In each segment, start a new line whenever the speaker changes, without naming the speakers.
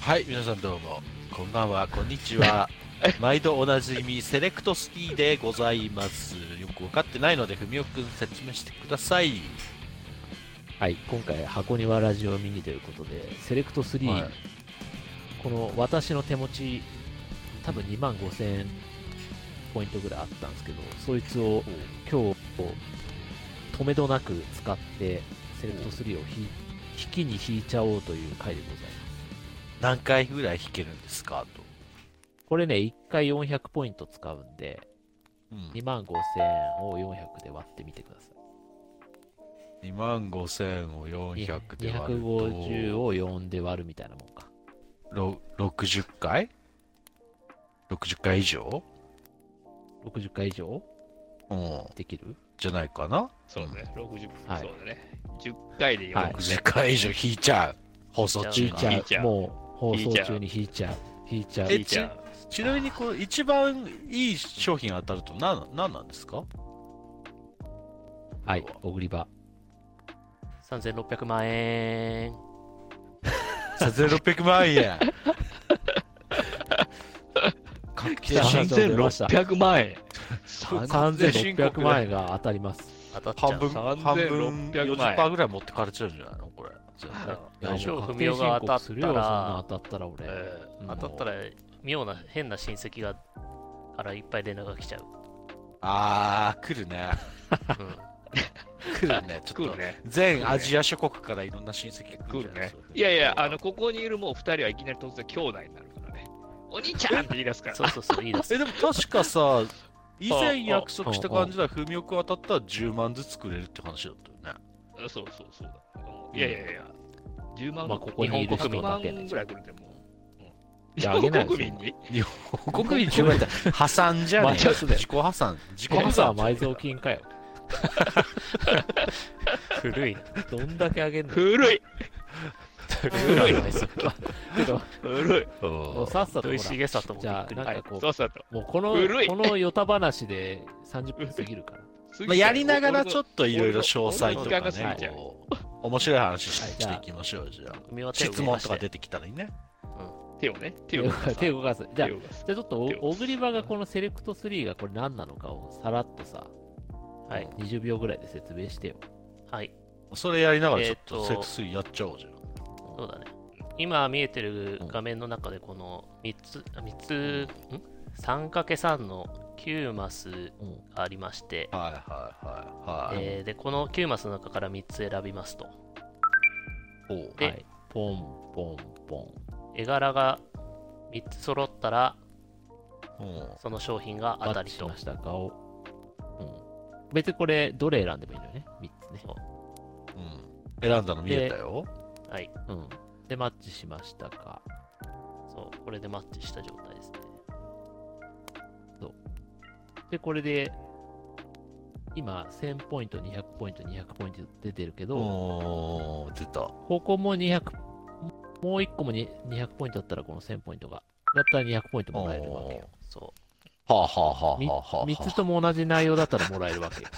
はい、皆さんどうも。こんばんは、こんにちは。毎度おなじみ、セレクトスキーでございます。よくわかってないので、ふみおくん説明してください。
はい、今回、箱庭ラジオミニということで、セレクト3、
はい
この私の手持ち、多分2万5000ポイントぐらいあったんですけど、そいつを今日、止めどなく使って、セレクト3をひ引きに引いちゃおうという回でございます。
何回ぐらい弾けるんですかと。
これね、1回400ポイント使うんで、
うん
2万5000を400で割ってみてくださ
2万5千を
い。
400で割る
250を4で割るみたいなもんか。
と、ろ60回 ?60 回以上
60回以上
うん。
できる
じゃないかな
そうだね、60、
はい
そうだね。10回で4、
はい
60回以上弾いちゃう。放送
引
中
い
に。
ちゃう
引いちゃう
もう放送中に引いちゃう引いちゃう
え
いいじゃん。
ちなみにこう一番いい商品当たると何何なんですか
はい小栗場3600万円
3600万円確定申告
3600万円。
3600万円が当たります
当たっちゃ
半
う
分半分
3600万円
40%ぐらい持ってかれちゃうんじゃないのこれ全然
大丈夫
確
文
定
雄
申
が当た
告
ったら
するよそんな当たったら俺、
え
う
ー
ん
当たったら妙な変な親戚がからいっぱい連絡が来ちゃう、
あー来るね
うん
来るねちょ
来
っ
る
と
ね。
全アジア諸国からいろんな親戚が来
来
るん
る
じゃな
ね
それ。で
いやいや、あの、ここにいるもう2人はいきなり突然兄弟になるからね。お兄ちゃんって言い出すから。
そうそうそういいで す
えでも確か さ以前約束した感じでは文雄君当たったら10万ずつくれるって話だったよね
そうそうそうだ。いやいやいや、10万
まあここにいる人
100
だ
万
けね
ぐらい来るでもう。うん
いやあげないですよ
国民に
国民10万って破産じゃねえ
マ
よ
イナスだよ
自己破産自己
こ
破
の
産
さ埋蔵金かよ
古いな
どんだけあげんの
古い
古いねそっ か
けど
古い
もうさっさとほ
土井
ら
重里も
じ
び
ゃ
っ
あな
くり
ん
は
か
い
こ、う、
そうそうと。
もうこの
古い
このヨタ話で30分過ぎるから
まあ、やりながらちょ
っ
っといろいろ詳細と
俺の
か
時間が過ぎち
ね
ゃう、
こう面白い話し
はい
し
じゃあ
ていきましょう、じゃあ。
文雄は手を
質
動か
問
し
と
て
か出てきたらいいね。
と。手をね、手
手
を
を
動かす。
手を動かすじゃあ
手を動かす
じゃあちょっと
手を
お、小栗場がこのセレクト3がこれ何なのかをさらっとさ、
はい
20秒ぐらいで説明してよ。
はい
それやりながらちょっ
え
と
ーと
セックスやっちゃおうじゃん。
そうだね今見えてる画面の中でこの3つあ三つん 3×3 の9マス
うん。
がありまして、
はいはいはいはい。
えーでこの9マスの中から3つ選びますと
おう
で
はい。ポン、ポン、ポ
絵柄が3つ揃ったら
おう
その商品が
ン。
当たり
し
と
ましたかを。うん。別にこれ、どれ選んでもいいのよね。3つね。
うん、選んだの見えたよ。
はい
うん。で、マッチしましたか。
そう、これでマッチした状態ですね。
で、これで、今、1000ポイント、200ポイント、200ポイント出てるけど、
おー出た。
ここも200、もう1個もに200ポイントだったらこの1000ポイントが。だったら200ポイントもらえるわけよ。
そ
はあ、はあはあ
み
はあはあ、
三つとも同じ内容だったらもらえるわけよ。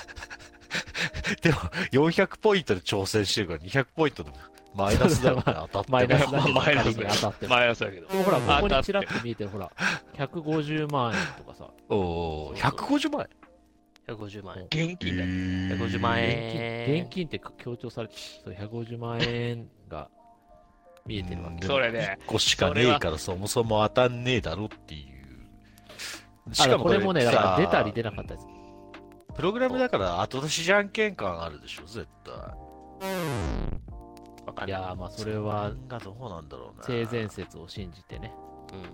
でも、400ポイントで挑戦してるから、200ポイントでマイナスだよね、当たっても。
マイナスだ
まあ
けど、
マイナス
仮に当たっても。
マイナスだけど。
でもほら、ここ
当た
に
っ
ち
て
らっと見えてる、ほら、150万円とかさ、
おー150万円。
う、150万円。
現金だよ。
150万
現
円。
金現金って強調されて、そう150万円が見えてるわけ。
それね
1個しかねえからそもそも当たんねえだろっていう。
あ、だからこれもね、だから出たり
で。
出なかったです。
プログラムだから後出しじゃんけん感あるでしょ、絶対。
わかん
い
ない。
やー、まあ、それは、
がどうなんだろうな。
性善説を信じてね。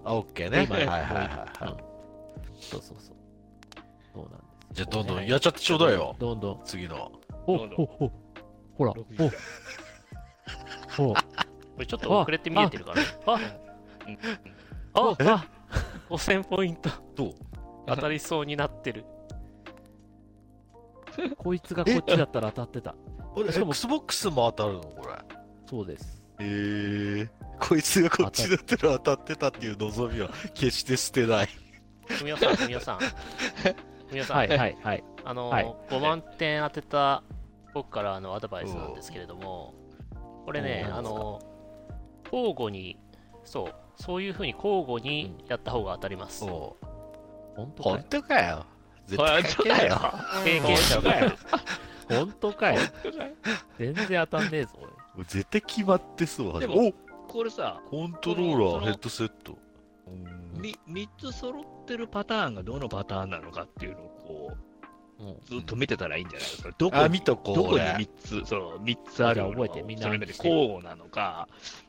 うん。
あ、オッケーね。
今
はいはいはいはい。
うんそうそうそう。そうなんです。
じゃあどんど
は
ん
い
やっちゃってちょうだいよ。
どんどん。
次の。
お、
どんどん
お、お、ほら、
60
お、お、
これちょっと遅れて見えてるからね。あ
あ、あ、
5000ポイント。
どう
当たりそうになってる。
こいつがこっちだったら当たってた。
俺、
しかも
Xbox も当たるのこれ。
そうです。
えー、こいつがこっちだったら当たってたっていう望みは決して捨てない。
文雄さん、文雄さ ん。文雄さん、
はいはいはい。
あのー
はい
5万点当てた僕からあのアドバイスなんですけれども、これね、
おー
あのー交互に、そう、そういうふうに交互にやった方が当たります。
おう
本当か
本
い
当かよ。絶対
本当かよ
経験者が
よ。
本当かい全然当たんねえぞ。
もう絶対決まってそう。
でも
お
これさ、
コントロー
そ
ラー
の
ヘッドセット。
み3つ揃ってるパターンがどのパターンなのかっていうのをこうずっと見てたらいいんじゃないですか。どこ
あ、見とこう。
どこに
俺
3つ、その3つあるのかを
じゃあ覚えてみんな
それまで交互なのか、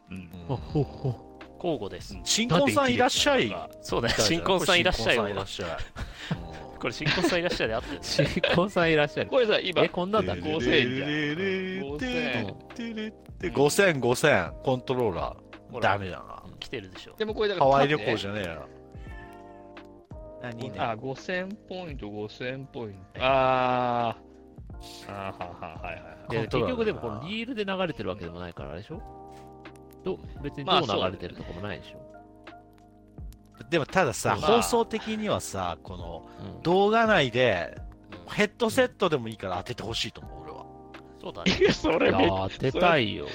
うん
うん
ほほほ。
交互です。
新婚さんいらっしゃい。
そうだよ。新婚さんいらっしゃい
新婚さん
よ
いらっしゃい。
これ新婚さんいらっしゃいであってる
新婚さんいらっ しゃる。
これさ、今
え、、こんなんだっけ
5000じゃん
で5000、5000、コントローラー。
ほ
ダ
ら
メだな。
来てるでしょ。
でもこれだか
ハ
ら、
ワイ旅行じ
ゃ
ゃねえな。
何
あ、5000ポイント、5000ポイント。あー、あーはははいはいは
い
い。
や
コントロ
結
ーラー
局でも
だ
こ
な
のリールで流れてるわけでもないからあれでしょど別に
まあ
どう流れてるとこもないでしょ、
でもたださ、
まあ
放送的にはさ、この
うん
動画内で
うん
ヘッドセットでもいいから当ててほしいと思う、俺は。
そうだね。
いや、それ
い
めっち
や当てたいよ。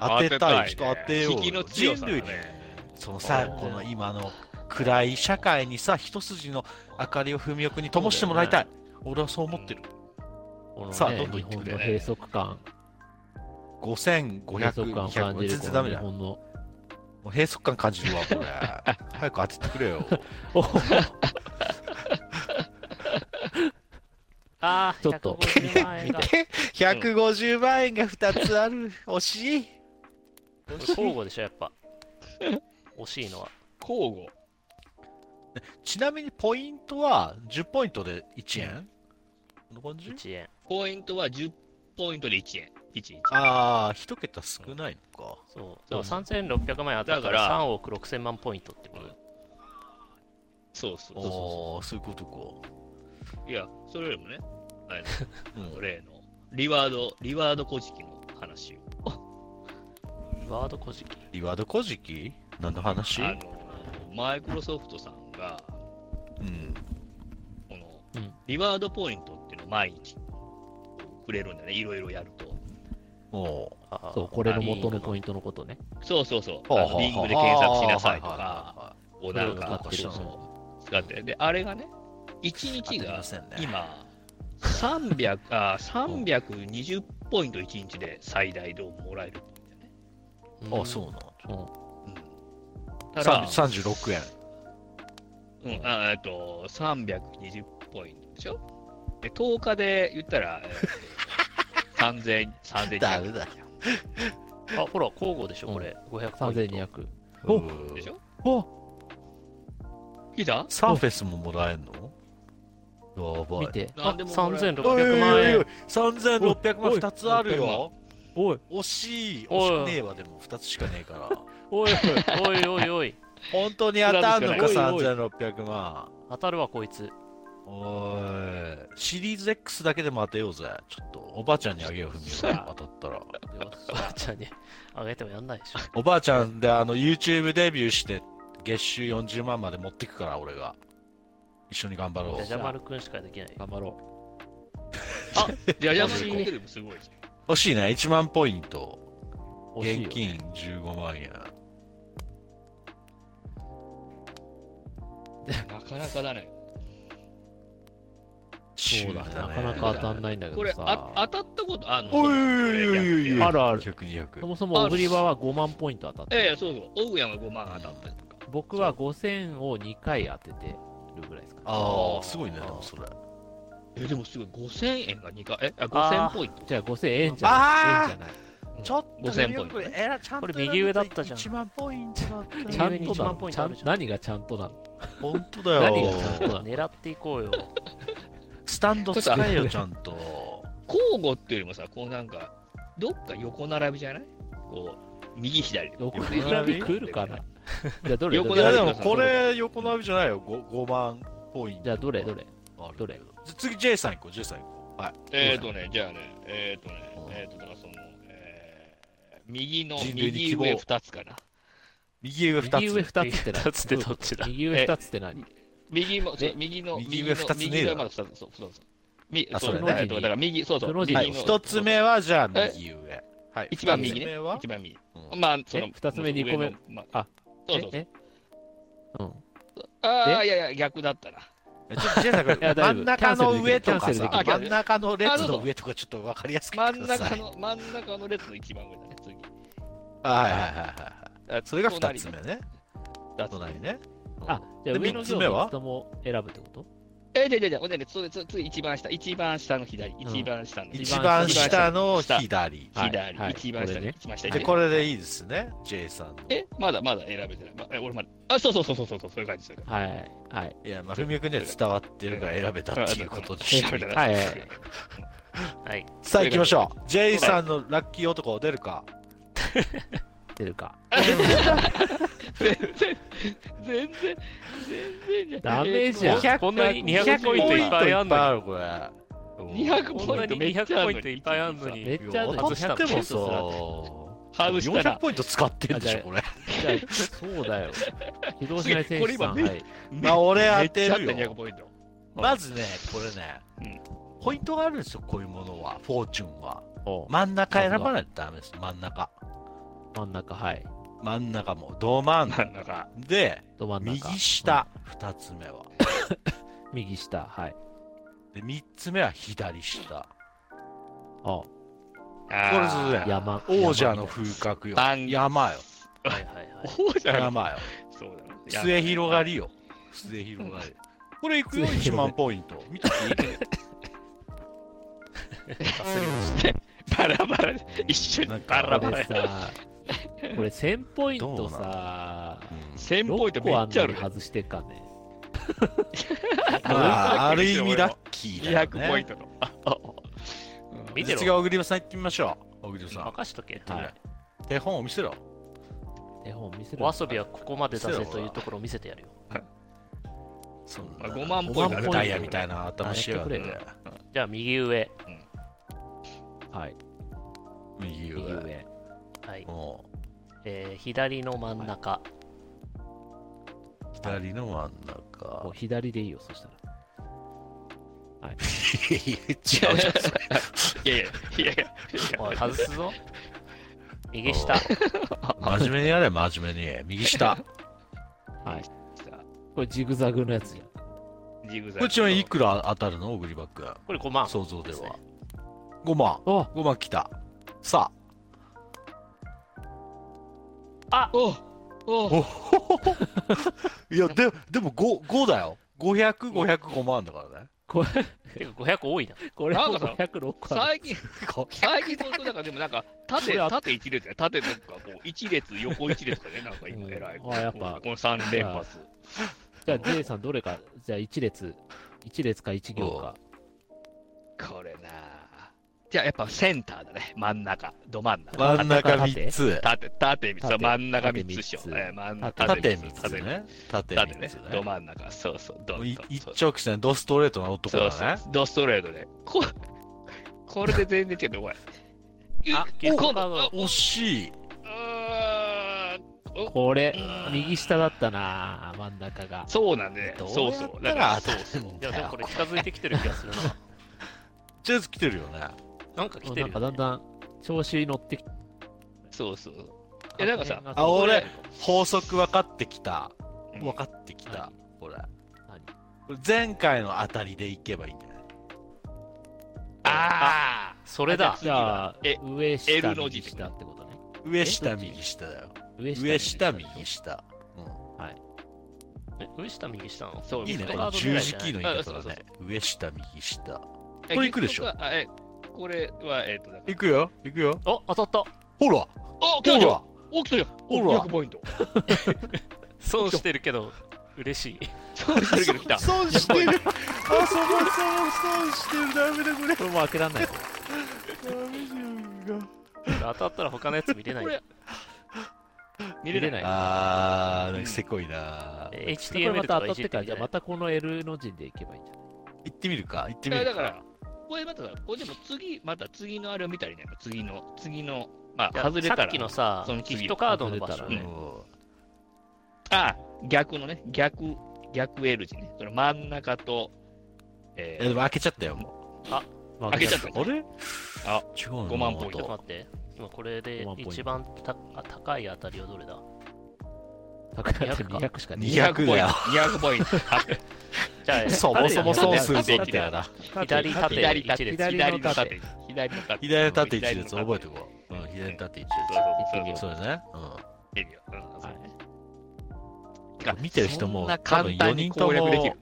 当てたい。ちょっと当てよう
引
よ。
きの強さだ
人類
ね。
そのさ
う、ん
この今の暗い社会にさ、一筋の明かりを文くに灯してもらいたい。俺はそう思ってる。
この、ね、
さあどんどん
日
行ってく
本の
れ
閉塞感、
5500、
閉塞感を
200
感じる
全
こ
然ダメ
の日
だよ。も
本の。
う閉塞感感じるわ、こ れ。早く当ててくれよ。
お
ああ、
ちょっと
150万円が。
150万円が2つある。惜しい。
交互でしょ、やっぱ。惜しいのは。
交互。
ちなみにポイントは10ポイントで1円こんな感じ
1円。
ポイントは10ポイントで1円。1円。
ああ、一桁少ないのか。
そう。でも3600万円当た
だ
った
か
からら3億6000万ポイントってことだよ。
そうそうそうそ
おー、そういうこと
う。いや、それよりもね、あれ
か。うん
の例の、リワード、リワード古事記の話を。
ワード古事記。
リワード古事記何の話
あの、マイクロソフトさんが、
うん。
この
うん、
リワードポイントっていうのを毎日くれるんだよね、いろいろやると。
おー。
あー
そう、これの元
あ
の
いい
ポイントのことね。
そうそうそう。
は
あ
あはあ
のリングで検索しなさいと
はあはあ
か、
はあ
をなん
それを
か
使、って
そう
した
そう。使って。で、あれがね、1日
当た
が
りませんね
今、300あ320ポイント1日で最大でもらえるんだよね。
あ、そうなんだ。
た
さ
だ、
36円。
うん、あえっと、320ポイントでしょで、10日で言ったら、えー、3000、
ダ
3200
メだよ。
あ、ほら、交互でしょ、これ。500ポイント。
3200。お
うん
でしょ
お
聞いた
サーフェスももらえんのやばい。
見て。
あ、
何でももらえる
3600万円。
3600万
おい
2つあるよ。
おい、
惜しい。
おい
惜しねえわ、でも2つしかねえから。
おいおいおいおい。
本当に当たんのか、
いく
で
ら
す
3600万。
当たるわ、こいつ。
おい。シリーズ X だけでも当てようぜ。ちょっと、おばあちゃんにあげよう、ふみお。当たったら。
おばあちゃんにあげてもやんないでしょ。
おばあちゃんで、あの、YouTube デビューして、月収40万まで持ってくから、俺が。一緒に頑張ろ
じゃ
う
じゃ丸くんしかできない。
頑張ろ
ジャジャマルコテルもすごいじゃん。。
惜しいね、1万ポイント。
う。惜し
現
いよ
金15万円。
なかなか だね。
そうだね。なかなか当たんないんだけ
こ
ど
れ
さ。
あ、当たったことあるの
おいおいおいおいおい
あるある。
100、
そ
200。
もそもオグリバは5万ポイント当たって
え
る
えそうそう。オグヤンが5万当たったりとか。
僕は5000を2回当ててるぐらいですかね。
ああ、すごいね、でもそれ。
え、でもすごい。5000円が2回。え、あ5000ポイント。
じゃあ5000円じゃない。円じゃない。
ちょっと
5000
よく
ポイント
えらちゃんと
これ右上だったじゃん
1万ポイントだった
ち
よ
ゃ
上
ん
に
と
1
な
万ポ
の
イン
ちゃ
トあ
ん
るじゃん
何がちゃんとなの
本当だよ
何がちゃんとなの
狙っていこうよ。
スタンド使えよちゃんと
交互っていうよりもさ、こうなんか、どっか横並びじゃないこう、右左。
横並び来るかなじゃあどれ
横
ど
い
れ
や
並
で
び
もこれ横並びじゃないよ 5, 5万ポイント
じゃあどれどれ
ある
どれ
じゃ次 J さん行こう J さん行こうはい
えーとね、じゃあね、えーとね
うん、
えーと、だからその、えー右の、
人類に
右
希望
上2つかな。
右上
右上
2つ
2つって何
2つってどっちだ
右上2つって何
右も、そう
え
右の、
右上
の
二つねえだろ
右上まだ2つ、そう、そう、そう。み
あ
そうだ
そ
ね
れの
えーとだから右、そうそう、
それの字
右
は
の
い1つ目はじゃあ右上はい
一番右
二つ
ね
目は
一番右。
うん
まあ、その、
え二つ目二個目
上の。まあ、
あ
そうそうそう
ええうん。
ああ、いやいや、逆だったな。
ちょっとジェイさんこれ
いや大丈
真
夫
ん中の上と
キ
か
ャンセル
さ
できる
真ん中の列
あそうそ
の
う
上とかちょっと分かりやすく
真
言って
ん
くださ
中
い
の、真ん中の列の一番上だね、次。
はいはいはいはいはいそれが2つ目ね
だ
隣ね
あ、じゃあ
で
上の
三つ
行
目は
3つとも選ぶってこと
え、で、で、で、ほんでね、それ、それ次一番下、一番下の左、
ん
一番下の左、
一番下の
下
左
はい
左、
はい
一番
こ
下
れ
の
ね
一番下
で
左。
これでいいですね J さんの
え、まだまだ選べてない。まえ、俺まだ。あ、そうそうそうそうそう、そういう感じですよ。
はい。はい。
いやまあ文脈には伝わってるから選べたっていうことで
調 べて
はいは
はい。
さあ行きましょう J さんのラッキー男出るか
出るか。
全然、全然、全然。
ダメじゃん
えー
こんなに200ポイントいっぱいあんのに。
200ポイントいっぱいあるこれ
200
こんなに200ポイントいっぱいあんの
め
に。
っちゃある
外
外
し
したの
てもさ
外した
400
ら、
ポイント使ってんでしょこれ
じゃあそうだ よ。機動しない選手さん。
これ今ね
はい。
まあ俺
め
当
っち
て
ゃあっ
る
た
よ
200ポイント。
まずね、これね、
うん
ポイントがあるんですよ、こういうものは、フォーチュンは。
お
真ん中選ばないとダメです、真ん中。
真ん中、はい。
真ん中も、ど真ん
真
中。
ん中。
で、
ど真ん中。
右下、2つ目は。
うん。右下、はい。
で、3つ目は左下。
あ、
こ
これそうだよ。
山
王者の風格よ。
山
山よ。
はいは いはい。
王者の
山よ。
そうだね
末広がりよ。末広がり。これいくよ、
末広
1
がり
万ポイント。見てて いい
バラバラで一緒にバラ
こ
バ
れ
ラ
さ、これ1000ポイン
ど
ト
うな
さ、
1000ポイ
6
ントめ
個あ
っ
ん
ちゃあ
のに
るよ
外してっかね。
まあ、ある意味ラッキーだよ
200ポイン
ね。
トのあああ
見て
次は
ろ。
小栗さん行ってみましょう。小栗さん。
任しとけ。
はい。
手本を見せろ。
絵本見せる。
お遊びはここまで出せというところを見せてやるよ。
そん
ま
な
あ5万ポイントあ
5万
る
ポ
ダイ
ン
ヤ
ト
みたいな頭しやがっ
やってて
く。
じゃあ右上。
はい。
右
右
上。
上。
はい。
も
えー左の真ん中。
う左の真ん
もう
中。
左でいいよ、そしたら。
いや違うじゃん。それ
いやいやいやいや
おい、外すぞ。右下。
真面目にやれ、真面目に。右下。
これジグザグのやつじゃん。
ジグザグ
こっちはいくら当たるの小栗バック。
これ5万。
想像で
です
は
ね。
5万。
あ
5万来た。さあ。
おお
おほほほいや、ででも 5, 5だよ。500、500、5万だからね。
てか500多いな。
これ
なん
も
かさ
506個ある。
最近最近本当なんかでもなんか縦縦一列や縦なんかこう一列横一列とかねなんか今偉い
うんあやっぱ
この三連発
じゃあ、J さんどれか、じゃあ一列、一列か一行か。
これなあじゃあやっぱセンターだね真ん中ど真ん中
真ん中3つ。
縦縦三つ
縦
真ん中三つでしょ
縦三つ
えー真ん中
縦
三
3
つ
つね。縦
縦ね
3つ
ど
ね。
真ん中そうそうど
も
ん
う
どん
い
そ
一
う
直線、ドストレートな男
そう
だね。
そう、ドストレートで。ここれで全然違うね、おい。
あ
お
こ
今
の
度、
惜しい。
あうーん
これ
う、ん
右下だったな、真ん中が。
そうなんだね。そうそう。
だか
だからら、
当
そ
た
う
るもん
いや、
だ
でもこれ近づいてきてる気がするな。
ジェズ来てるよね。
なんか来て
なんか
るよ、
だんだん調子に乗ってきて。
そうそう。えなんかさ
確変が
あ、俺、法則分かってきた。分かってきた
何。
これ。これ前回の当たりでいけばいいんじゃない
あ
それだ。
じゃあ
え、
上下
L の字
右下ってことね。
上下
えどっち
右下だよ。
上
上下
右
右下。
え上下右下なの
あ、そうう、
ん、いいね。
ミス
こ
ター
の
ド
十
狙い
字
じゃない
キーの言い
あ
方
そう
だ
そう
ね。上下右下。
え
これいくでしょ
結局はあえこれは、えっと、だから
いくよ。いくよ。
お、当たった。
ほら
お、
ほ
来た来た
ら
お、来たよ
ほら
ポイント。
損してるけど、嬉しい。
そうしてるけど来た。
損してるあそこ損損してるダメだこれ
これもう開けらんない。
ダメじゃん
当たったら他のやつ見れない
こ。れ、見
れない
れない。
あーなんかせこいな
え
これ
HTML
ま
と
た当
か
た
い
っ
じってて
から、じ
んじゃ
ゃあ
ない
またこの L の字でいけばいいんじゃない
行ってみるか行って
い
みる
や
か
だから、これまたさ、これでも次、また次のあれを見たりね、次の、次の、まあ、外
い
れ
や
た
さっ
ら
き、のさ、
その
ギ
次
フトカードの場所
外
う
れ
ん
たら
ね。
あ、逆のね、逆、逆 L 字ね、その真ん中と、え
いやでも開けちゃったよも
ま
ー、
あ
開けちゃった
うあ
ね。
れ
あ
違うの
5万ポイン
ちょっと
ま
待って。今これで
ワンポイント
一番たあ高い当たりはどれだ
桜って
200
200しかねえ
200
ポイ
だ
ン
よ
ト。200ポイント。あ
じゃ あ、
そもそも損するぞみたいな。
左縦
左
1
縦
列。
左の縦。左の縦。
左縦一列覚えてお
こ
こう。うん、左縦一
そうそう
列。
そ
そう
う。
だね。うん
いいようんそうね
見てる人
そん
も
な
多分4
簡単に
人とも
攻略できる。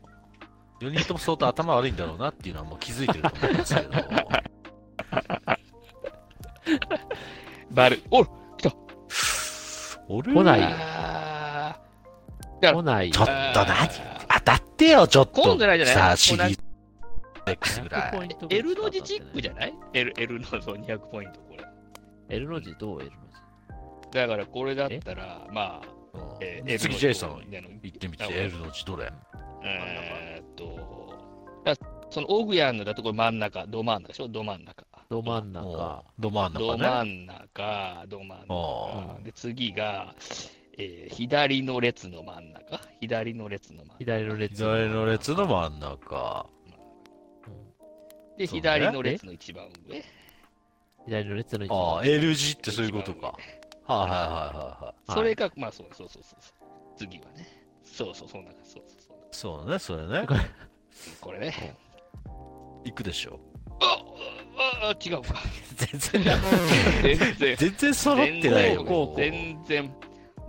4人とも相当頭悪いんだろうなっていうのはもう気づいてると思うんですけど。
バル。お
俺
来ないよ
あ
来ない
ちょっと何当たってよ、ちょっと。
今度ないじゃない
さあ、シリーズ X ぐら
200ポ
い。
イントぐらい
L の字チックじゃない ?L, L のそう200ポイントこれ。
L の字どう L の字
だからこれだったら、まあ、
うん
え
次、ジェイさん、行ってみて、
あ
L の字どれ
えーっと、だそのオグヤンのだとこれ真ん中、ど真ん中でしょど真ん中。
ど真ん
うん
中。
ど真ん
ど
中ね。
真ん中、ど真ん
あ
中。で、次が、えー左の列の真ん中。左の列の真ん中。
左の列
左の列の真ん中。
で、
そうね
左の列の一番上。
左の列の一
あ
番
あ、L 字ってそういうことか。はいはいはいはいはい。
い
それが、まあそうそうそうそうそう。次はね。そうそう、そんな感じ。そうそうそう。
そうだね、それね。
これね。
行くでしょ。
あああ違うか。
全然、
全然。
全然揃ってないよ。もう
全然、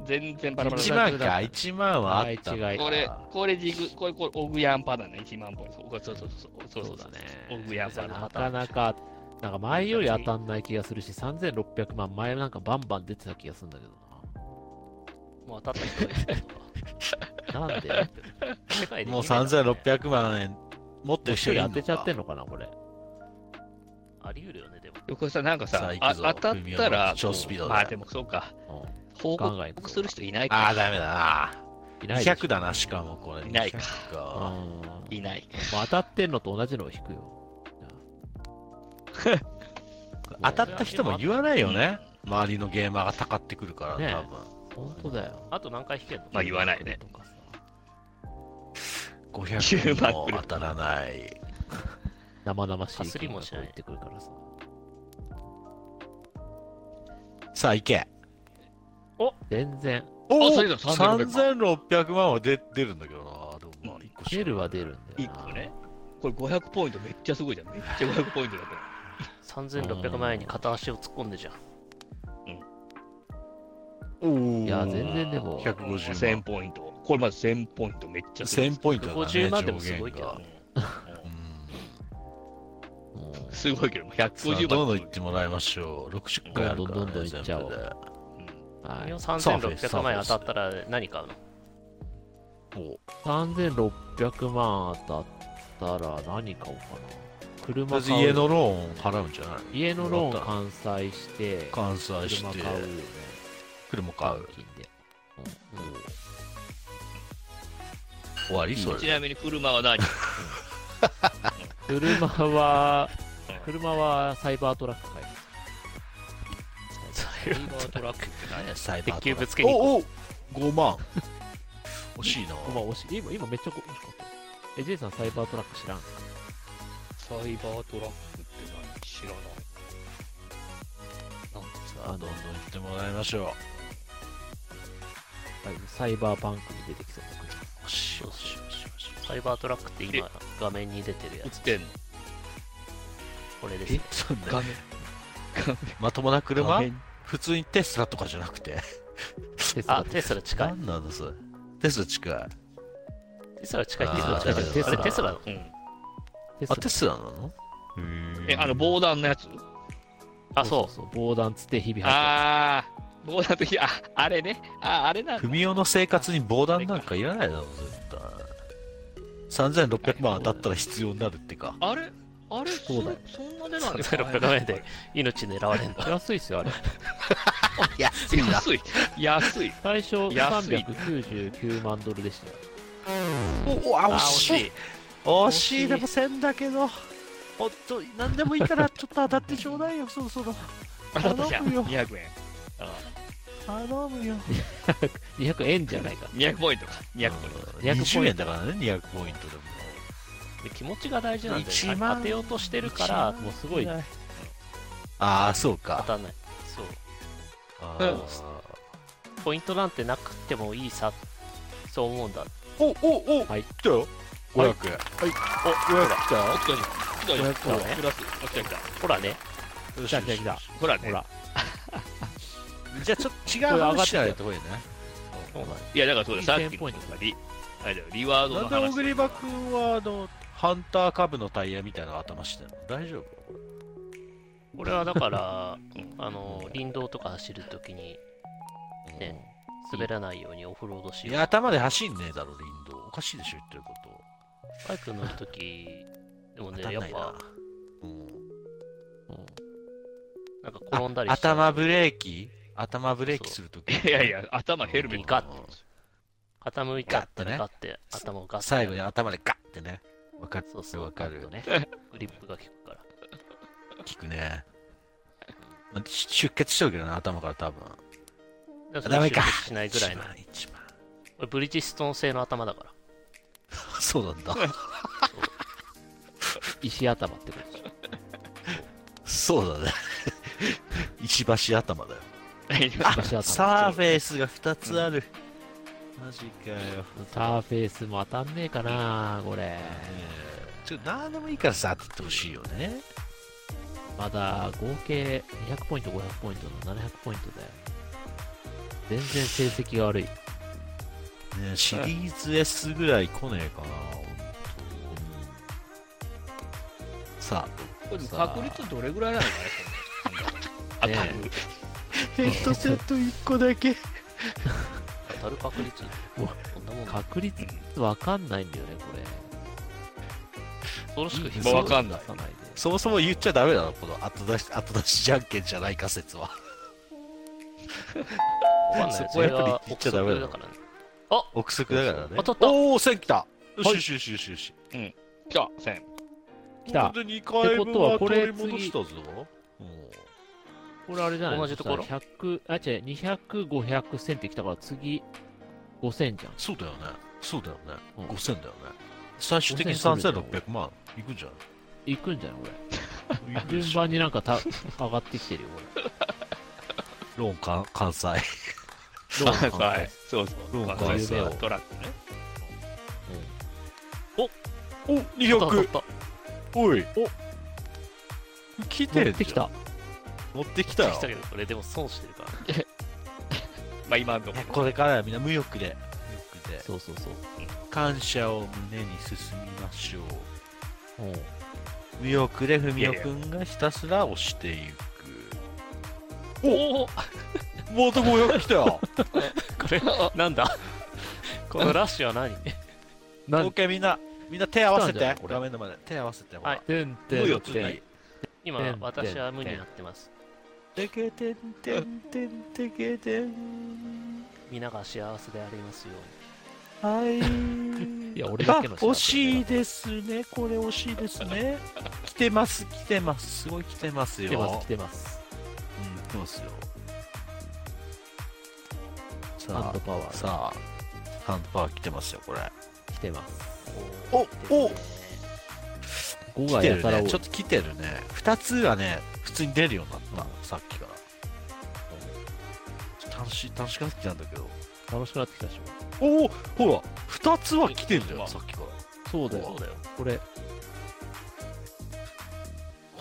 全然バラバラ
1万か、1万はあった
あー違い
のか。
これ、これジグ、これ、これ、オグヤンパだね、1万ポイント。そうそうそう、そうそう
だ
そう
ね。
オグヤンパ
な
だ。
かなか、なんか前より当たんない気がするし、3600万、前なんかバンバン出てた気がするんだけ
もう当たった人がいるけ
どな。なん で
ど世界で
もう
二名だね
3600万円持ってる人い
一
る
人
の
当
か
てちゃってんのかな、これ。
あり得るよね、でも。
横井さん、なんか
さ
さ
あ、行
あ
くぞ
当たったら、
超スピードで
まあでもそうか、
う
報
考え
告する人いない
あ
か。
あ、ダメだな。
んいないでしょ
200だな、しかもこれ。
いないか
200
うん
か。
もう
いないか。
当たってんのと同じのを引くよ。
当たった人も言わないよね。周りのゲーマーがたかってくるから、
ね
多分。
本当だよ。
あと何回引けんの
まあ言わないね。
500
万
も
くる
当たらない。
生々しい
かすり
意見
も
が
し
こ
な
う
い
言ってくるからさ。
さあ、行け。
全然、
お
それでも
3600万は出出るんだけどな。でもまあ、1個しか
出るは出るんだ
一
よな。
個ね。これ500ポイントめっちゃすごいじゃん。めっちゃ500ポイントだった。
3600万円に片足を突っ込んでじゃん。
おー
いや、全然でも、
150万
1000ポイント。これまず1000ポイントめっちゃすごい。
1000ポイントだね。
150万でもすごいけど
上限が
ね。
うん
もう
すごいけど、
さあ
150
どんど
万
ん行ってもらいましょう。60回あるからね、
どんどんどんどん行っちゃおう
全部で
はい
君は3600万円当たったら何買うの
お
3600万当たったら何買おうかな。
とりあ
車
えず
買う
家のローン払うんじゃない
家のローン完済して、
完済し
車
て、
買うよね。
車買
換
う。
金で。
終わりそ
ち
れ。
なみに車は何
車は、車はサイバートラック買います。
サイバートラック。
サイ
鉄球ぶつけに行こ
おお5万。惜しいな。
まあ、惜しい。今、今めっちゃ惜しかったよ。え、ジェイさんサイバートラック知らん
サイバートラックって何知らない。
さあ、どんどん行ってもらいましょ
サイバーパンクに出てきそうな車
う。惜しい、惜しい、惜しい惜しい。
うサイバートラックって今画面に出てるや
映っ
つ。
てんの
これですよ。
そんな
画面。
まともな
画
車
面
普通にテスラとかじゃなくて。
テスラ
あ、テスラ近い。
何なんだそれ。テスラ近い。
テスラ近い。
あー
テスラ近い。
テス
あ
ラ
れ、テスラだ。
うん。
テス
あ、
ラ
テスラなの
え、あの、防弾のやつ
あ、そう。
そうそう防弾つって日々入っ
ああ、防弾の時、あ、あれね。あ、あれな。
文雄の生活に防弾なんかいらないだろ、絶対。3600万当たったら必要になるってか。
あれあれ
そうだよ
そんな出ない
3600円で命狙われんの
て。る安いっすよ、あれ。
安
安い。安 い。
最初
安い
399万ドルでしたよ。
おお、あ、
あ
惜
惜
し
し
い。
い。
惜
し
しい、
い
でも1000だけど。ほんと、なんでもいいから、ちょっと当たってちょうだいよ、そろそろ。
あなたじゃ
頼
ん。
むよ
200円。
頼むよ。
200円じゃないか。
200ポイントか。200ポイント。
200ポイント
20円だからね、200ポイントでも。
で気持ちが大事なんだ
一
よね。
万
当てようとしてるから
もうすごい。
ああ、そう
当
か。
たんない。そう。
あ
う
ー
ん
ポイントなんてなくてもいいさっそう思うんだ。
おおお、
はい
来たよ
は
500は
い
いお500来たよ
来たよ。来たよ
500。
プラス。あ、来た来た。
ほらね、
来
来た来た来た
ほらね
ほら。
じゃあちょっと違う
これ上がってたよ
話しないとこやね
いや、だからそうだ、さっ
2000
き
ポイ
の
ント
リ、あれだよ、リワード
な
の
んで小
話。
栗場君はあのハンター株のタイヤみたいな頭してるの大丈夫
これはだから、
うん
あの、林道とか走るときにね滑らないようにオフロードし
い
よ
や
う。
頭で走んねえだろ林道おかしいでしょ言ってること
バイク乗るとき、でも
当た
ね、
ん
や
な
っ
い
ぱ
な、うん
なんか
あ
転んだりして、
頭ブレーキ頭ブレーキするとき
いやいや、頭ヘルメット。
ガッ傾いちゃった
ガ
ら
ッ
ガッて、頭をガッて。
最後に頭でガッてねわかる
そうそう、
わかる
ガッとね。グリップが効くから。
聞く ねまあし出血しとるけどな頭から多分
でもそれ
ダメか
出血しないぐらいの。こ
一番
れブリヂストン製の頭だから。
一番そうなんだ
石頭ってことでしょ
そうだね 石橋頭だよ
あ
石頭
サーフェイスが2つある、マジかよ、
サーフェイスも当たんねえかなこれ
ちょっと何でもいいからさ当ててほしいよね
まだ合計200ポイント500ポイントの700ポイントだよ全然成績が悪い
ねシリーズ S ぐらい来ねえかな、ほんとさあ
これ確率どれぐらいなのか ね、当たる。
ヘッドセット1個だけ
当たる確率。
わ
こんなもんだ。
確率わかんないんだよねこれ
恐ろしく低い
まあわかんない
出さないで
そもそも言っちゃダメだろこの後出し後出しじゃんけんじゃない仮説は
わかんない。
そこ
そ
は
れ
やっぱり
は
言っちゃダメだろ
憶測からね。
憶測だからね
当たった
おお線来たよし
はい
よしよしよしよし
じゃあ、1000。
来た
これで2回
ってこ
分
とは
は
こ
取
れ
り戻したぞうん
これあれじゃない
同じところ
さ100あ違う200、500、1000ってきたから次5000じゃん
そうだよねそうだよね、
うん
5000だよね最終的に
5000取る
3600万いくんじゃない
いくんじゃないこ
行く
れ
で
順
しょ
番になんかた上がってきてるよこれ
ローンか関西
ローン完
は
済
い。そうそう。
ローン
まあ
完
済
そうそうトラックね。
お
当たっ
200
た。
おいお来て
持
る
ってきた
持ってきた
当た
よ
ってきたけど、これでも損してるから。
まあ今のとこ
これからはみんな無欲で無欲で
そうそうそう
感謝を胸に進みましょう
うん
無欲で文雄くんがひたすら押していく
おおこ
おまた500来たよ
れ、なんだこのラッシュは何
なん
OK みん なみんな手合わせ
来たんじゃな
て
いこれ
画面の前で手合わせてほ
は
ら
い
てんてん
無欲
てん
次
今
てん、
私は無になってます。
てけてんてんてんてけてん
皆が幸せでありますよ
はい
いや俺だけの幸せ
あ惜しいですねこれ惜しいですね来てます来てますすごい来てますよ
来てます来てます
うん来てますよ
ハン
さ
ドパワ
あ
ー
さあハンドパワー来てますよこれ
来てます
うに。
おお
5
来
が
て
や
る
たら多
ね
い
ちょっと来てるね2つはね普通に出るようになった、さっきから、ちょっと楽しい楽しくなってきたんだけど
楽しくなってきたでし
おおほら2つは来てんだよ、
まあ
さっきから
ょそうだよ
そうだよ。
これ
こ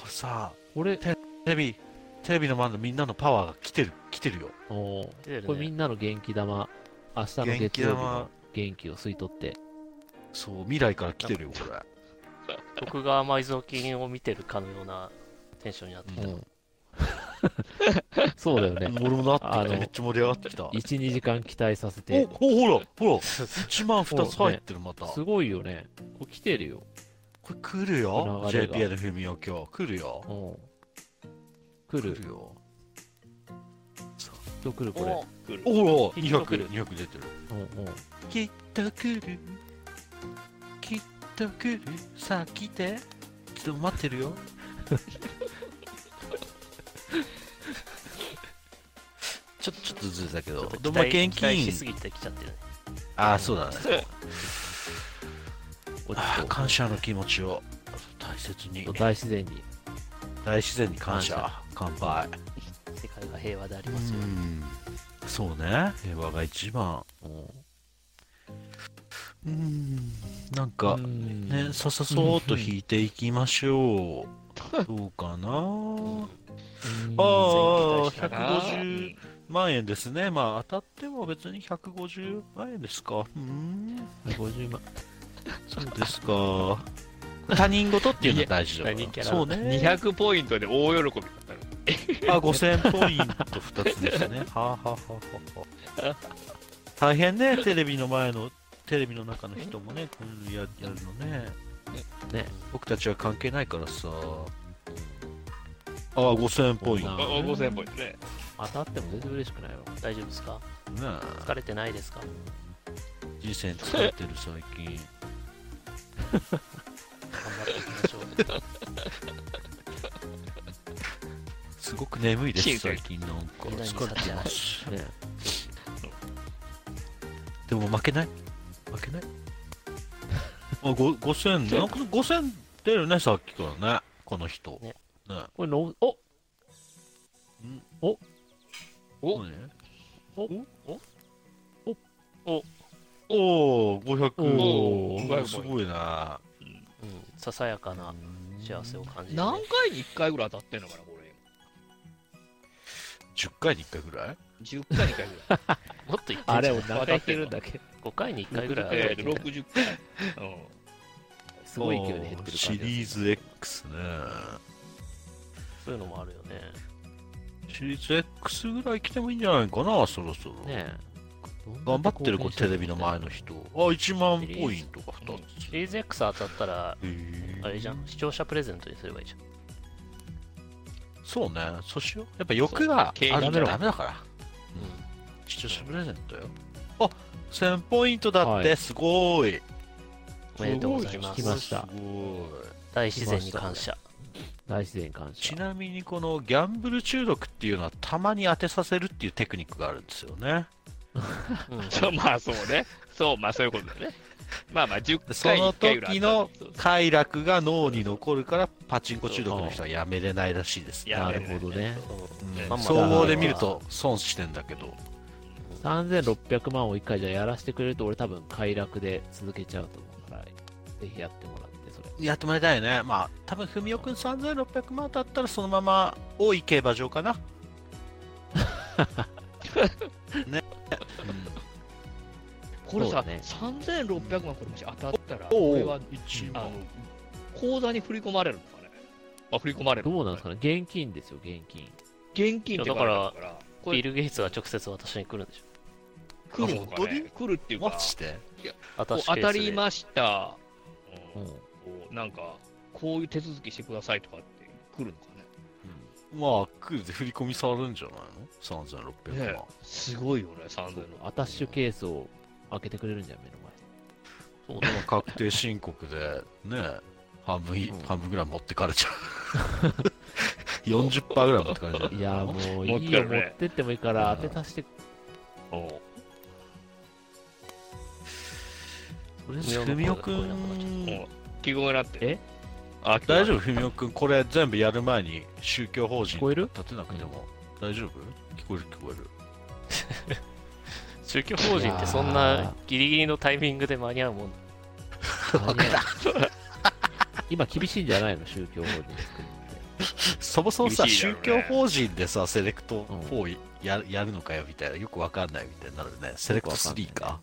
れさ
これ
テレビテレビの前のみんなのパワーが来てる来てるよ
おー
出てるね
これみんなの元気玉明日の
元
月
気
曜日
玉
の元気を吸い取って
そう未来から来てるよこれ
徳川埋蔵金を見てるかのようなテンションになってきた。
そうだよ ね。
俺もなって
あ
き
の
ためっちゃ盛り上がってきたお
1、2時間期待させ
お
て。
ほらほら1万2つ入ってるまた、
すごいよね。これ来てるよ。
これ来るよ
流れが
JPL 文雄今日来るよ
うん。来る。
よ
きっと来る、これ。
来る。
おお
きっと来
200
る
200出てる
うんうん。
きっと来るきっと来るさあ来てちょっと待って るよちょちょっとずれたけど
ちょっ
でも
と期
まあ
待
現
期待しす
金
ぎてきちゃってるね。
ああそうだね
落ち
あ
着
あ
こ
感謝の気持ちを大切に
う大自然に。
大自然に感謝
感
乾杯
世界が平和であり
う
ますように。
んそうね平和が一番
うん
うんなんか、ね、ささそーっと引いていきましょう。どうかなああ、150万円ですね。まあ当たっても別に150万円ですか。うーん、
50万。
そうですか。他人事っていうのは大事だから
いや他人キャラ
そうね。
200ポイントで大喜びだったの。
あ、5000ポイント2つです ね。はあ、はあはあはあはあ大変ね、テレビの前の、テレビの中の人もね、こういうのややるのね。
ね
僕たちは関係ないからさ。あ、5000ポイン
あ
ト、
あ
ね。
5000ポイントね。
当たっても全然嬉しくないわ。
大丈夫ですか
ね
疲れてないですか
え人生に疲れてる最近。
頑張っていきましょう。
すごく眠いで
シ
す、
ークレッ
最近
ト
なんか。
未来に
疲れてます。
ね、
でも負けない負けない あご5000なんか5000出るねさっきからねこの人
ね
ね
これの、お
お
何おお500
おー
おーすごいな
うん、ささやかな幸せを感じる、
何回に1回ぐらい当たってんのかな、これ。
10回に1回ぐらい
10回、2回ぐらい。
もっと言ってんじゃない
あれを何回減るんだっけ
5回に1回ぐらいあ
え
る
ーと60回。うん
すごい勢いで減ってる感じ。
シリーズ X ね
そういうのもあるよね。
シリーズ X ぐらい来てもいいんじゃないかなそろそろ、
ね
頑張ってる子テレビの前の人あ1万ポイントが2
え。
つ
レイズ X 当たったら、
へー
あれじゃん、視聴者プレゼントにすればいいじゃん。
そうね、そうしよう。やっぱ欲がある
そうそう経費
の
だ
ダメだから。うん。視聴者プレゼントよ。あ1000ポイントだっ
は
て、すごい。
おめでとうございま
す
す
ごい聞きました
すごい。
大自然に感謝。
大自然感
ち
謝。
なみに、このギャンブル中毒っていうのは、たまに当てさせるっていうテクニックがあるんですよね。
うん
そうまあそうね。そう、まあそういうことだね。まあまあ10
でそ
回に
の
1回ぐらい
時
当
の
たる。
快楽が脳に残るから、パチンコ中毒の人はやめれないらしいですね。
や
な
めれ
る
ない
ほどね。
うん
まあまあ
総合で見ると損してんだけど。
3600万を1回じゃやらせてくれると、俺多分快楽で続けちゃうと思うから、ぜひやってもらって、それ。
やってもらいたいね。まあ、多分文雄君3600万だったら、そのまま大井競馬場かな。ね、
これ
そ
さ、
うね
3600万これもし当たったら、
おうおう
これは
1
あ
万
の。口座に振り込まれるのかね。あ、振り込まれる
どうなんですかね現金ですよ、現金。
現金って書いてあるから、こ
ビ
れ
ル・ゲイツが直接私に来るんでしょ。
来るの
あ本
か
当に
ね。来るっていうか、
マジで
こう
私
当た
ケース
り
で
ました。
う
う
んん
こ。うなんか、こういう手続きしてくださいとかって来るのかね。
まあ、クールで振り込みされるんじゃないの ?3600
ね
万。
すごいよね、3000の。
アタッシュケースを開けてくれるんじゃん、目の前。
そうでも確定申告で、ね、半分い、
うん
半分ぐらい持ってかれ ちゃう。40%ぐらい持ってかれちゃう。
いやもうい
持って
い
か
よ、
る
持
ね
ってってもいいから当て足して、
とりあえず文雄君
も、う、記号になって。
え
あ、
大丈夫文雄君、これ全部やる前に宗教法人
聞こえる
立てなくても大丈夫聞こえる聞こえる
宗教法人ってそんなギリギリのタイミングで間に合うもん。
今厳しいんじゃないの宗教法人作る
そもそもさ、
厳しいだ
宗
ろうね
教法人でさセレクト
うん
4や,、やるのかよみたいなよくわかんないみたいになるねセレクト3か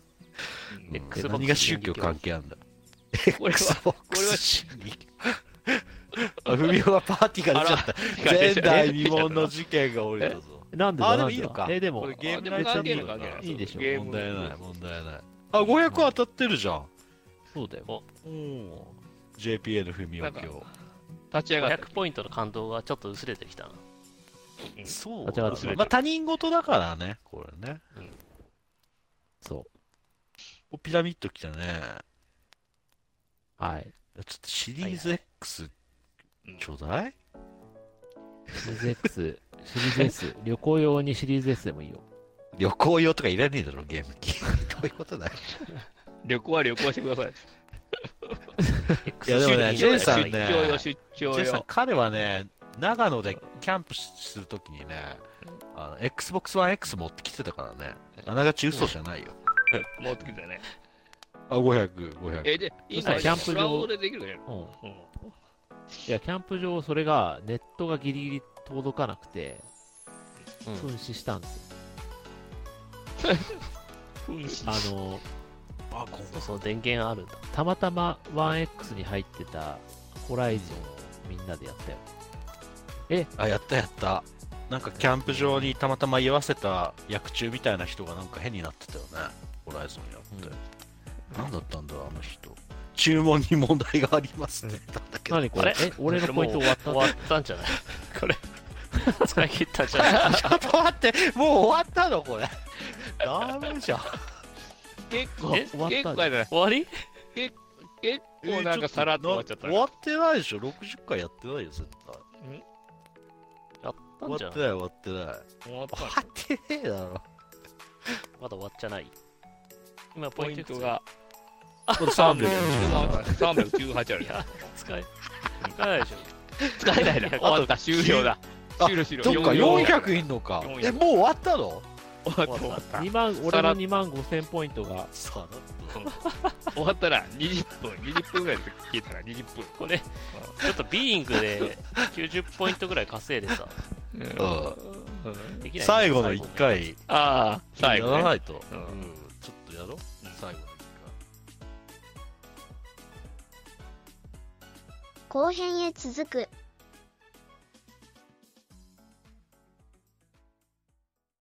うん
うん
Xbox
何が宗教関係あんだ
これは、
こ
れは
あ文雄はパーティーが出ち ゃった前代未聞の事件が降りたぞ
って。なんでだ
あで
な
も
んで
いいのか
だえ、でも
これ、ゲーム
あでも関係
内
ない関係ない
いいでしょ
ゲーム
問題ない問題ないあ500当たってるじゃん
そうだよ。
うん JPA の文雄
なん
今
か
日
立ち上がった
500。ポイントの感動がちょっと薄れてきたな。
そう
立ち上がってくれて
ね
る
まあ他人事だからねこれね
そ
おピラミッド来たね
う。はい。
ちょっとシリーズ X
うん
ちょうだい
シリーズ X、シリーズ S、旅行用にシリーズ S でもいいよ。
旅行用とかいらねえだろゲーム機 どういうことだよ
旅行は旅行してください。
いやでもねジェイさん
出張よ、
ね
出
ジ
張
ェイさん
よ。
彼はね長野でキャンプするときにねあの XBOX1X 持ってきてたからねあながち嘘じゃないよ
持ってきてね。
あ、500、500。
え、で、
した
今、
ら
キ
キ
ャ
ャ
ン
ン
プ
プ場
場でできるね。
うん、
うん。
いや、キャンプ場、それがネットがギリギリ届かなくて、
うん
紛失したんですよ。
うん
あの、
あ、こ
そうそう、電源あるんだ。
たまたま 1X に入ってたホライゾンをみんなでやったよ。
あ、やったやった。なんかキャンプ場にたまたま居合わせた役中みたいな人がなんか変になってたよね。ホライゾンやって。なんだったんだ、あの人。注文に問題がありますね。なんだけど
何これ
あれ
え、俺のポイント終わった
終わったんじゃないこれ。使い切ったんじゃない
ちょっと待って、 もう終わったのこれ。 ダメ じゃん。
結構、
え
結
終わった
構やだ
終わり
結構なんかさらっと終わっちゃった
終。わってないでしょ ?60 回やってないよ、絶対。
やったん
終
じ
わ
ゃ
っ
な
てな
い
い、終わってない。
終わった
終わってねえだろ。
まだ終わっちゃない。今、ポ
ポ
イ
イ
ン
ン
ト
ト
が
が
これ300。
318ある
い。や使え、使えないでしょ。
使えないな。終わった、終了だ。
あ
終了終了。
そっか、400いんのか。
400
え、もう終わったの
終わっ
終わった。
?2 万、俺の2万5千ポイントが、
さあ、
た。終わったら20分、20分ぐらいで消えたら20分。
これ、ちょっとビーイングで90ポイントぐらい稼いでさ、
うん
できない
最後の1回、
ああ、最後
やら
ね。
ないと。
う
うんん、ちょっとやろう。最後の1回。
後編へ続く